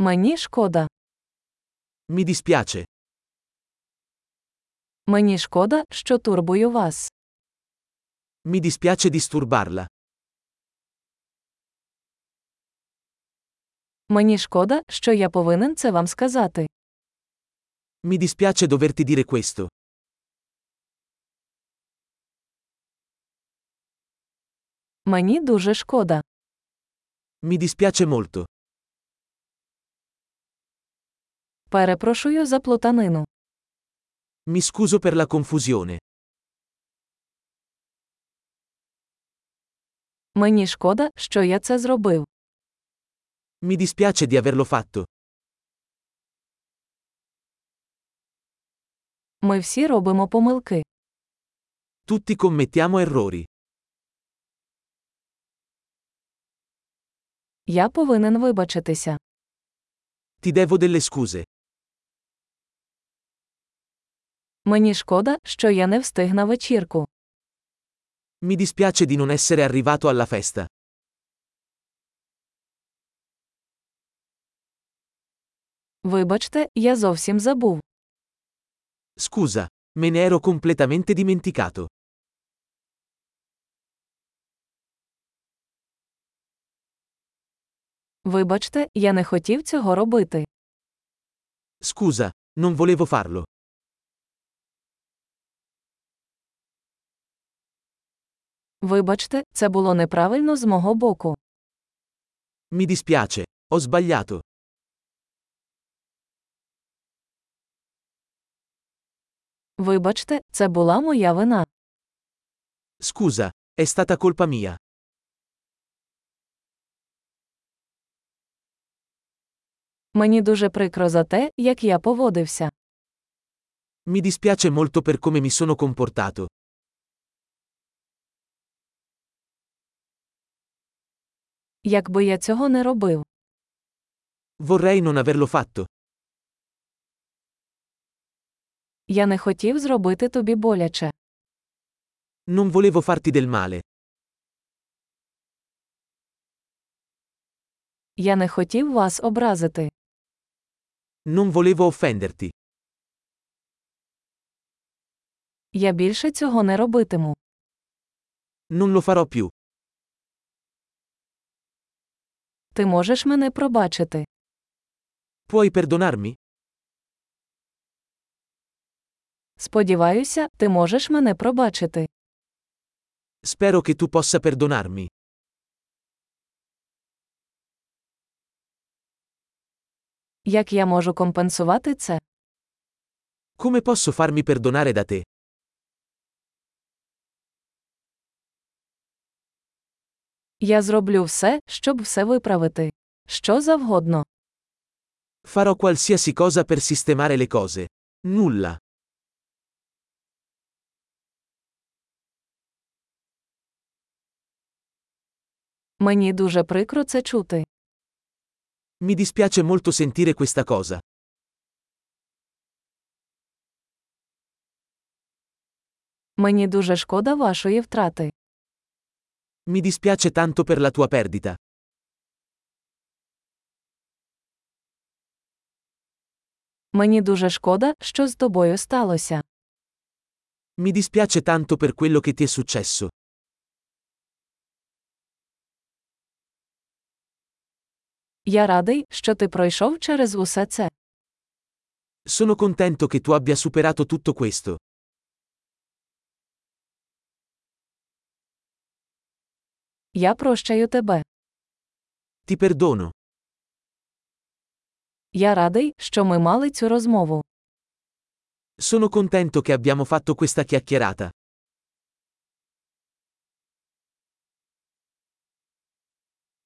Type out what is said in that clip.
Мені шкода. Mi dispiace. Мені шкода, що турбую вас. Mi dispiace disturbarla. Мені шкода, що я повинен це вам сказати. Mi dispiace doverti dire questo. Мені дуже шкода. Mi dispiace molto. Перепрошую за плутанину. Mi scuso per la confusione. Мені шкода, що я це зробив. Mi dispiace di averlo fatto. Ми всі робимо помилки. Tutti commettiamo errori. Я повинен вибачитися. Ti devo delle scuse. Мені шкода, що я не встиг на вечірку. Mi dispiace di non essere arrivato alla festa. Вибачте, я зовсім забув. Scusa, me ne ero completamente dimenticato. Вибачте, я не хотів цього робити. Scusa, non volevo farlo. Вибачте, це було неправильно з мого боку. Mi dispiace, ho sbagliato. Вибачте, це була моя вина. Scusa, è stata colpa mia. Мені дуже прикро за те, як я поводився. Mi dispiace molto per come mi sono comportato. Якби я цього не робив. Vorrei non averlo fatto. Я не хотів зробити тобі боляче. Non volevo farti del male. Я не хотів вас образити. Non volevo offenderti. Я більше цього не робитиму. Non lo farò più. Ти можеш мене пробачити. Puoi perdonarmi? Сподіваюся, ти можеш мене пробачити. Spero che tu possa perdonarmi. Як я можу компенсувати це? Come posso farmi perdonare da te? Я зроблю все, щоб все виправити. Що завгодно. Farò qualsiasi cosa per sistemare le cose. Nulla. Мені дуже прикро це чути. Mi dispiace molto sentire questa cosa. Мені дуже шкода вашої втрати. Mi dispiace tanto per la tua perdita. Мені дуже шкода, що з тобою сталося. Mi dispiace tanto per quello che ti è successo. Я радий, що ти пройшов через усе це. Sono contento che tu abbia superato tutto questo. Я прощаю тебе. Ti perdono. Я радий, що ми мали цю розмову. Sono contento che abbiamo fatto questa chiacchierata.